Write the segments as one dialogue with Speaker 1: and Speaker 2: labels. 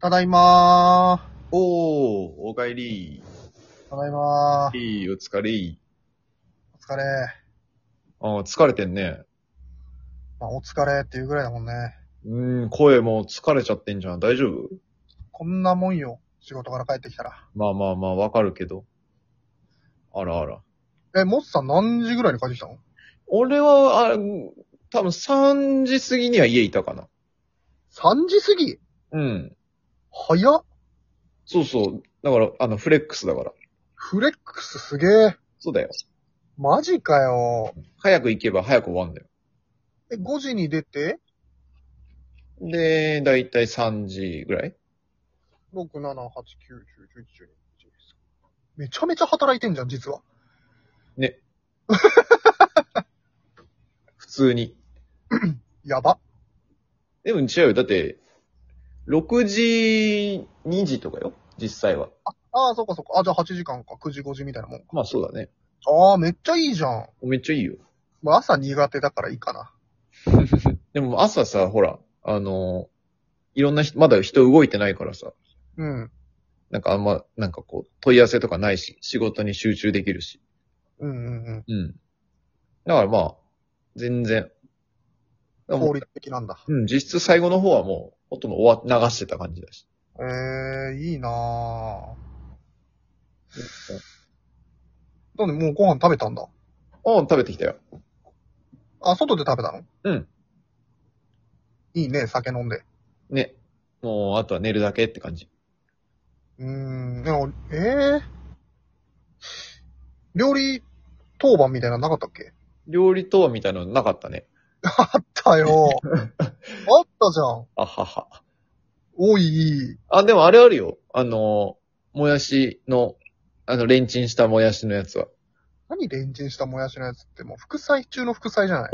Speaker 1: ただいまー。
Speaker 2: おー、おかえり。
Speaker 1: ただいまー。
Speaker 2: いい、お疲れ。
Speaker 1: お疲れ。
Speaker 2: あー疲れてんね。
Speaker 1: まあ、お疲れっていうぐらいだもんね。
Speaker 2: うーん、声もう疲れちゃってんじゃん。大丈夫
Speaker 1: こんなもんよ。仕事から帰ってきたら。
Speaker 2: まあまあまあ、わかるけど。あらあら。
Speaker 1: え、モッツさん何時ぐらいに帰ってきたの
Speaker 2: 俺は、あ、うん多分3時過ぎには家いたかな。
Speaker 1: ?3 時過ぎ
Speaker 2: うん。
Speaker 1: 早っ。
Speaker 2: そうそう。だから、あの、フレックスだから。
Speaker 1: フレックスすげえ。
Speaker 2: そうだよ。
Speaker 1: マジかよ。
Speaker 2: 早く行けば早く終わんだよ。
Speaker 1: え、5時に出て、
Speaker 2: で、だいたい3時ぐらい
Speaker 1: 6、7、8、9、10、11、12、13。めちゃめちゃ働いてんじゃん、実は。
Speaker 2: ね。普通に。
Speaker 1: やば。
Speaker 2: でも違うよ。だって、6時、2時とかよ。実際は。
Speaker 1: ああ、そっかそっか。あ、じゃあ8時間か。9時、5時みたいなもんか。
Speaker 2: まあそうだね。
Speaker 1: ああ、めっちゃいいじゃん。
Speaker 2: めっちゃいいよ。
Speaker 1: まあ、朝苦手だからいいかな。
Speaker 2: でも朝さ、ほら、あの、いろんな人、まだ人動いてないからさ、
Speaker 1: うん。
Speaker 2: なんかあんま、なんかこう、問い合わせとかないし、仕事に集中できるし。
Speaker 1: うんうんうん。
Speaker 2: うん。だからまあ、全然。でも
Speaker 1: 効率的なんだ。
Speaker 2: うん、実質最後の方はもう、ほとんど終わ、流してた感じだし。
Speaker 1: ええー、いいなぁ。なんでもうご飯食べたんだ。
Speaker 2: うん、食べてきたよ。
Speaker 1: あ、外で食べたの
Speaker 2: うん。
Speaker 1: いいね、酒飲んで。
Speaker 2: ね。もう、あとは寝るだけって感じ。
Speaker 1: うーん、でも、ええー。料理当番みたいなのなかったっけ
Speaker 2: 料理とはみたいなのなかったね。
Speaker 1: あった よ。あったじゃん。
Speaker 2: あはは。
Speaker 1: おい。
Speaker 2: あ、でもあれあるよ。あの、もやしの、あの、レンチンしたもやしのやつは。
Speaker 1: 何レンチンしたもやしのやつってもう副菜中の副菜じゃない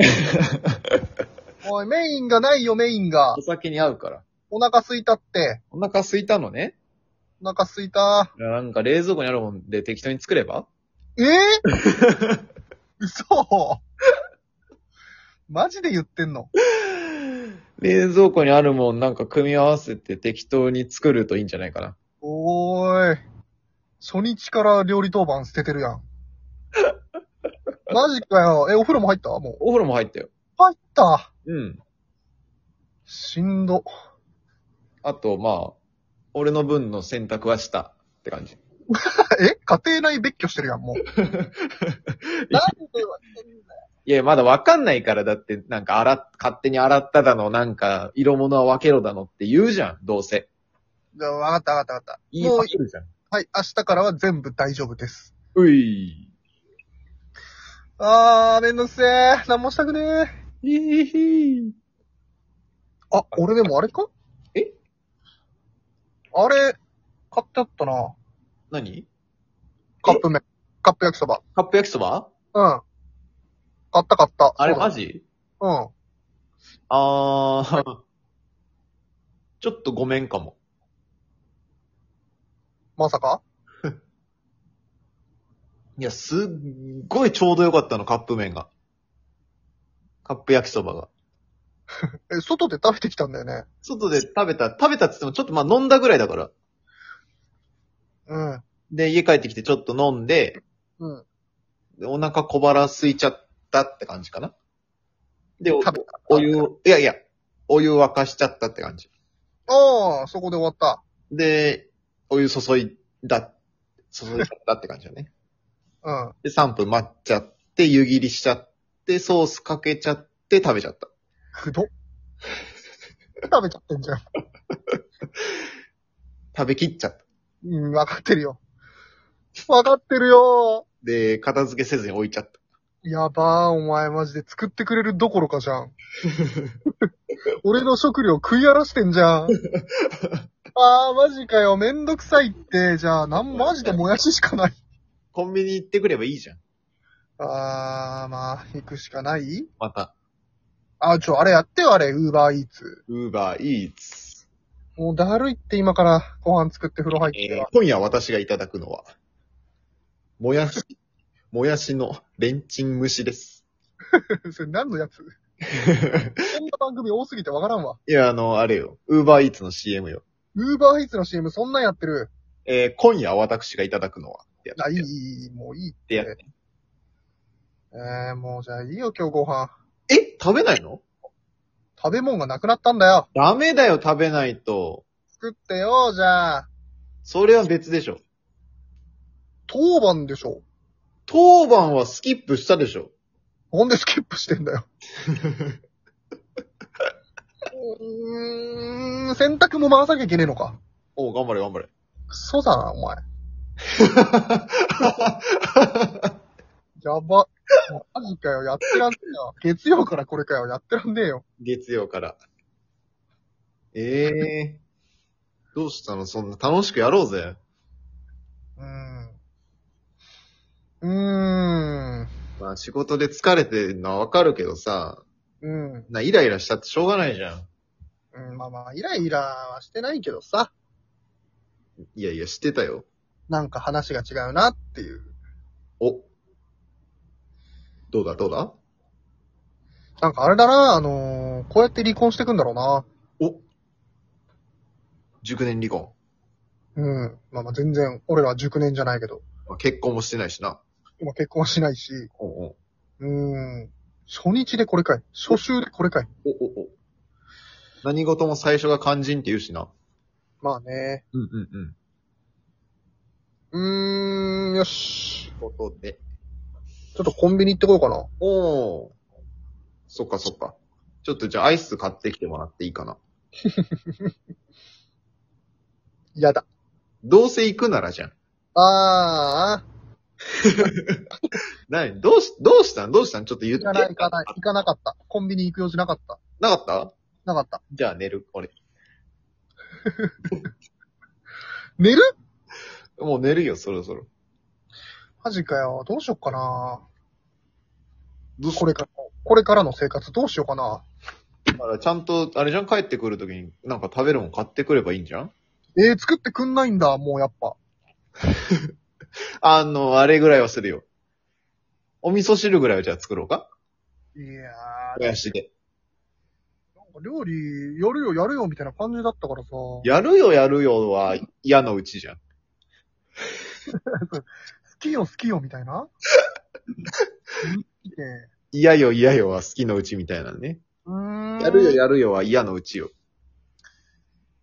Speaker 1: おい、メインがないよ、メインが
Speaker 2: お。酒に合うから。
Speaker 1: お腹空いたって。
Speaker 2: お腹空いたのね。
Speaker 1: お腹空いた。
Speaker 2: いやなんか冷蔵庫にあるもんで適当に作れば
Speaker 1: ええ 嘘マジで言ってんの
Speaker 2: 冷蔵庫にあるもんなんか組み合わせて適当に作るといいんじゃないかな。
Speaker 1: おーい。初日から料理当番捨ててるやん。マジかよ。え、お風呂も入ったもう。
Speaker 2: お風呂も入ったよ。
Speaker 1: 入った。
Speaker 2: うん。
Speaker 1: しんど。
Speaker 2: あと、まあ、俺の分の洗濯はしたって感じ。
Speaker 1: え家庭内別居してるやん、もう。 なんで言われてんだよ
Speaker 2: いや、まだわかんないから、だって、なんか洗っ、勝手に洗っただの、なんか、色物は分けろだのって言うじゃん、どうせ。
Speaker 1: じゃあ、わかったわかったわかった。
Speaker 2: 言い
Speaker 1: もう
Speaker 2: 分、けるじゃん。
Speaker 1: はい、明日からは全部大丈夫です。
Speaker 2: うい。
Speaker 1: あー、めんどくせー。なんもしたくねー。
Speaker 2: いひ
Speaker 1: あ、俺でもあれか
Speaker 2: え
Speaker 1: あれ、買ってあったな。
Speaker 2: 何
Speaker 1: カップ麺。カップ焼きそば。
Speaker 2: カップ焼きそば
Speaker 1: うん。買った買った。
Speaker 2: あれ
Speaker 1: そうだ
Speaker 2: マジ
Speaker 1: うん。
Speaker 2: あー、 ちょっとごめんかも。
Speaker 1: まさか
Speaker 2: いや、すっごいちょうどよかったの、カップ麺が。カップ焼きそばが。
Speaker 1: え、外で食べてきたんだよね。
Speaker 2: 外で食べた、食べたっつってもちょっとまあ飲んだぐらいだから。
Speaker 1: うん。
Speaker 2: で、家帰ってきてちょっと飲んで、
Speaker 1: うん。
Speaker 2: でお腹小腹空いちゃったって感じかな。で、お
Speaker 1: 食べた。
Speaker 2: お湯を、いやいや、お湯沸かしちゃったって感じ。
Speaker 1: ああ、そこで終わった。
Speaker 2: で、お湯注いだ、注いだったって感じだね。
Speaker 1: うん。
Speaker 2: で、3分待っちゃって、湯切りしちゃって、ソースかけちゃって、食べちゃった。
Speaker 1: くど。 食べちゃってんじゃん。
Speaker 2: 食べきっちゃった。
Speaker 1: うん、わかってるよ。わかってるよ
Speaker 2: で、片付けせずに置いちゃった。
Speaker 1: やばー、お前マジで作ってくれるどころかじゃん。俺の食料食い荒らしてんじゃん。あー、マジかよ、めんどくさいって。じゃあ、なん、マジでもやししかない。
Speaker 2: コンビニ行ってくればいいじゃん。
Speaker 1: あー、まあ、行くしかない
Speaker 2: また。
Speaker 1: あ、ちょ、あれやってよ、あれ、ウーバーイーツ。
Speaker 2: ウーバーイーツ。
Speaker 1: もうだるいって今からご飯作って風呂入って
Speaker 2: えー
Speaker 1: は。
Speaker 2: 今夜私がいただくのは、もやし、もやしのレンチン蒸しです。
Speaker 1: それ何のやつこんな番組多すぎてわからんわ。
Speaker 2: いや、あの、あれよ。ウーバーイーツの CM よ。
Speaker 1: ウーバーイーツの CM そんなんやってる。
Speaker 2: えー今夜私がいただくのはってやつ。
Speaker 1: あ、いい、いいいい、もういいっ。
Speaker 2: でやって
Speaker 1: えー、もうじゃあいいよ、今日ご飯。
Speaker 2: え食べないの
Speaker 1: 食べ物がなくなったんだよ。
Speaker 2: ダメだよ、食べないと。
Speaker 1: 作ってよ、じゃあ。
Speaker 2: それは別でしょ。
Speaker 1: 当番でしょ。
Speaker 2: 当番はスキップしたでしょ。
Speaker 1: なんでスキップしてんだ よ。うーん、洗濯も回さなきゃいけねえのか。
Speaker 2: おう、頑張れ、頑 張れ。
Speaker 1: クソだな、お前。やば。マジかよ、やってらんねえよ。月曜からこれかよ、やってらんねえよ。
Speaker 2: 月曜から。ええどうしたのそんな楽しくやろうぜ。
Speaker 1: うーん。うーん。
Speaker 2: まあ仕事で疲れてるのはわかるけどさ、
Speaker 1: うん。
Speaker 2: な、イライラしたってしょうがないじゃん。
Speaker 1: うん、まあまあ、イライラはしてないけどさ、
Speaker 2: いやいや、してたよ。
Speaker 1: なんか話が違うなっていう。
Speaker 2: お。どうだ、どうだ
Speaker 1: なんかあれだな、あのーこうやって離婚してくんだろうな。
Speaker 2: お。熟年離婚。
Speaker 1: うん。まあまあ全然、俺らは熟年じゃないけど、
Speaker 2: まあ結婚もしてないしな。
Speaker 1: 今結婚はしないし、
Speaker 2: おお
Speaker 1: うーん。初日でこれかい。初週でこれかい。
Speaker 2: おおお。何事も最初が肝心って言うしな。
Speaker 1: まあね。
Speaker 2: うんう
Speaker 1: う
Speaker 2: んうん。
Speaker 1: ーん、よし。
Speaker 2: ことで。
Speaker 1: ちょっとコンビニ行ってこようかな。
Speaker 2: おお。そっかそっか。ちょっとじゃあアイス買ってきてもらっていいかな。
Speaker 1: やだ。
Speaker 2: どうせ行くならじゃん。
Speaker 1: あー、
Speaker 2: なにどうし、どうしたんどうしたんちょっと言って。
Speaker 1: 行かない行かない。行かなかった。コンビニ行く用事なかった。
Speaker 2: なかった
Speaker 1: なかった。
Speaker 2: じゃあ寝る、俺。
Speaker 1: 寝る
Speaker 2: もう寝るよ、そろそろ。
Speaker 1: マジかよ。どうしよっかな。
Speaker 2: どう
Speaker 1: これから、これからの生活どうしようかな。
Speaker 2: だからちゃんと、あれじゃん、帰ってくるときになんか食べるもん買ってくればいいんじゃん
Speaker 1: えー、作ってくんないんだ、もうやっぱ。
Speaker 2: あの、あれぐらいはするよ。お味噌汁ぐらいはじゃあ作ろうか
Speaker 1: いやー、
Speaker 2: もやしで。
Speaker 1: なんか料理、やるよ、やるよ、みたいな感じだったからさ。好
Speaker 2: やるよ、やるよは嫌のうちじゃん。
Speaker 1: きよ、好きよ、みたい な。え
Speaker 2: 嫌よ、嫌よは好きのうちみたいなね。
Speaker 1: ー、うーん。
Speaker 2: やるよ、やるよは嫌のうちよ。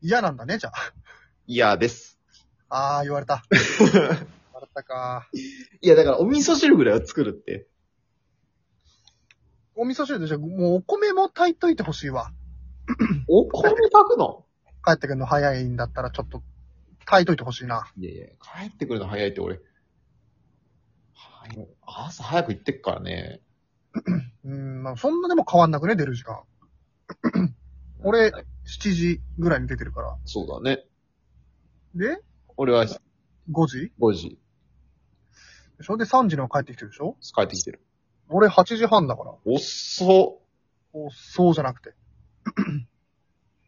Speaker 1: 嫌なんだね、じゃあ。
Speaker 2: 嫌です。
Speaker 1: あー、言われた。言われたか。
Speaker 2: いや、だからお味噌汁ぐらいは作るって。
Speaker 1: お味噌汁でじゃあ、もうお米も炊いといてほしいわ。
Speaker 2: お米炊くの
Speaker 1: 帰ってくるの早いんだったら、ちょっと、炊いといてほしいな。
Speaker 2: いやいや、帰ってくるの早いって俺。はい朝早く行ってっからね。
Speaker 1: うーん、まあ、そんなでも変わんなくね、出る時間。俺、7時ぐらいに出てるから。
Speaker 2: そうだね。
Speaker 1: で、
Speaker 2: 俺は
Speaker 1: 5時
Speaker 2: 5時、
Speaker 1: でしょで、3時には帰ってきてるでしょ
Speaker 2: 帰ってきてる。
Speaker 1: 俺8時半だから。
Speaker 2: おっそ
Speaker 1: おそうじゃなくて。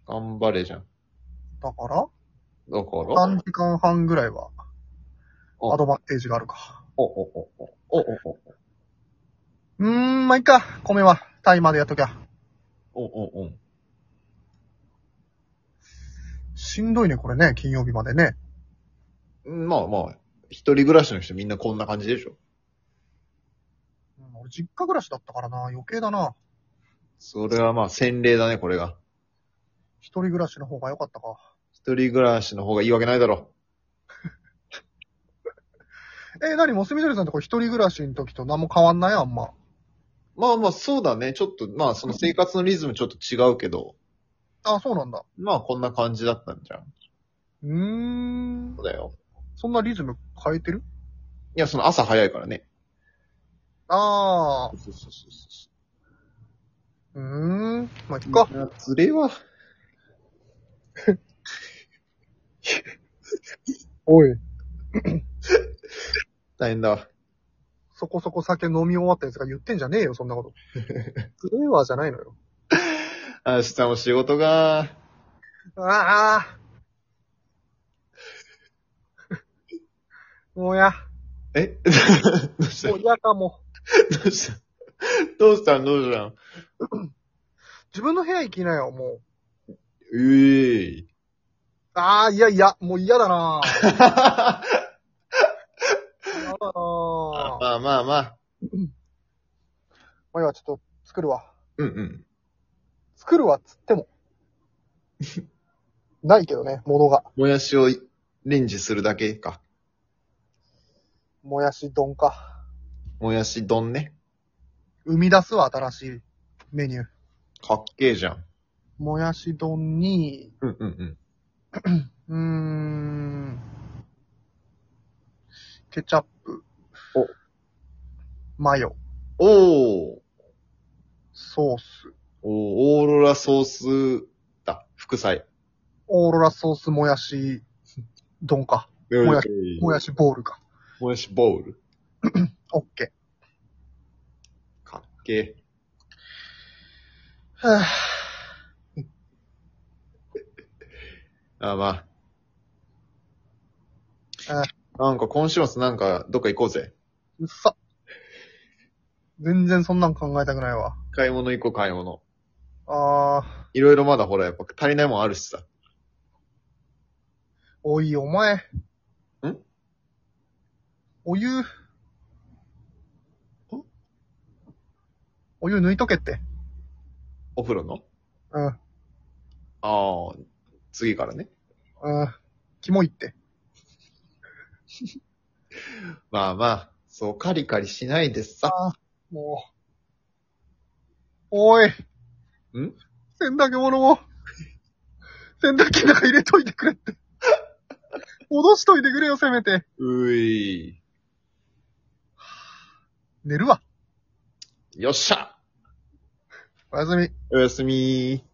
Speaker 2: 頑張れじゃん。
Speaker 1: だから、
Speaker 2: だから、
Speaker 1: 3時間半ぐらいは、
Speaker 2: あ
Speaker 1: アドバンテージがあるか。
Speaker 2: お、お、お、お、お、お、お、
Speaker 1: うーん、まあ、いっか。米は、タイまでやっときゃ。
Speaker 2: お、お、お、
Speaker 1: しんどいね、これね。金曜日までね。
Speaker 2: うんまあまあ、一人暮らしの人みんなこんな感じでしょ。
Speaker 1: うん俺、実家暮らしだったからな。余計だな。
Speaker 2: それはまあ洗礼だね、これが。
Speaker 1: 一人暮らしの方が良かったか。
Speaker 2: 一人暮らしの方がいいわけないだろ。
Speaker 1: えー、なに、モスみどりさんとこれ一人暮らしの時と何も変わんないあんま。
Speaker 2: まあまあ、そうだね。ちょっと、まあ、その生活のリズムちょっと違うけど、
Speaker 1: あ、そうなんだ。
Speaker 2: まあ、こんな感じだったんじゃん。
Speaker 1: うーん
Speaker 2: そ。うだよ。
Speaker 1: そんなリズム変えてる
Speaker 2: いや、その朝早いからね。
Speaker 1: あ
Speaker 2: そうそうそう
Speaker 1: ー。
Speaker 2: そ
Speaker 1: うーん。まあ、いっ
Speaker 2: う。
Speaker 1: か。
Speaker 2: いや、つれは。
Speaker 1: おい。
Speaker 2: 大変だわ。
Speaker 1: そこそこ酒飲み終わったやつが言ってんじゃねえよ、そんな こと。クレーワーじゃないのよ。
Speaker 2: 明日も仕事が、
Speaker 1: ああ。もうや、
Speaker 2: え どうした
Speaker 1: もうやかも。
Speaker 2: どうしたどうしたんどうしたん
Speaker 1: 自分の部屋行きなよ、もう。
Speaker 2: ええ
Speaker 1: ああ、いやいや、もう嫌だな嫌だなぁ。
Speaker 2: まあまあまあ。
Speaker 1: まあ、いや、ちょっと、作るわ。
Speaker 2: うんうん。
Speaker 1: 作るわっつって も。ないけどね、ものが。
Speaker 2: もやしをレンジするだけか。
Speaker 1: もやし丼か。
Speaker 2: もやし丼ね。
Speaker 1: 生み出すわ、新しいメニュー。
Speaker 2: かっけえじゃん。
Speaker 1: もやし丼に、
Speaker 2: うんうんうん。
Speaker 1: うーん、ケチャップ、
Speaker 2: お
Speaker 1: マヨ、
Speaker 2: おー。
Speaker 1: ソース、
Speaker 2: おーオーロラソースだ。副菜。
Speaker 1: オーロラソースもやし丼か。もやしもや
Speaker 2: し。
Speaker 1: しボールか。
Speaker 2: もやしボール。
Speaker 1: オッケ
Speaker 2: かっけえ。
Speaker 1: ー。はぁ
Speaker 2: あま
Speaker 1: あ
Speaker 2: あ。なんか今週末なんかどっか行こうぜ。
Speaker 1: うっさ。全然そんなん考えたくないわ。
Speaker 2: 買い物行こう買い物。
Speaker 1: あー。
Speaker 2: いろいろまだほらやっぱ足りないもんあるしさ。
Speaker 1: おい、お前。んお湯。んお湯抜いとけって。
Speaker 2: お風呂の
Speaker 1: うん、う
Speaker 2: ああ、次からね。
Speaker 1: ん。キモいって。
Speaker 2: まあまあ、そうカリカリしないでさ。
Speaker 1: あーもう。おい。ん
Speaker 2: ん
Speaker 1: 洗濯物を。洗濯機の中入れといてくれって。戻しといてくれよ、せめて。
Speaker 2: うい。
Speaker 1: 寝るわ。
Speaker 2: よっしゃ
Speaker 1: おやすみ。
Speaker 2: おやすみ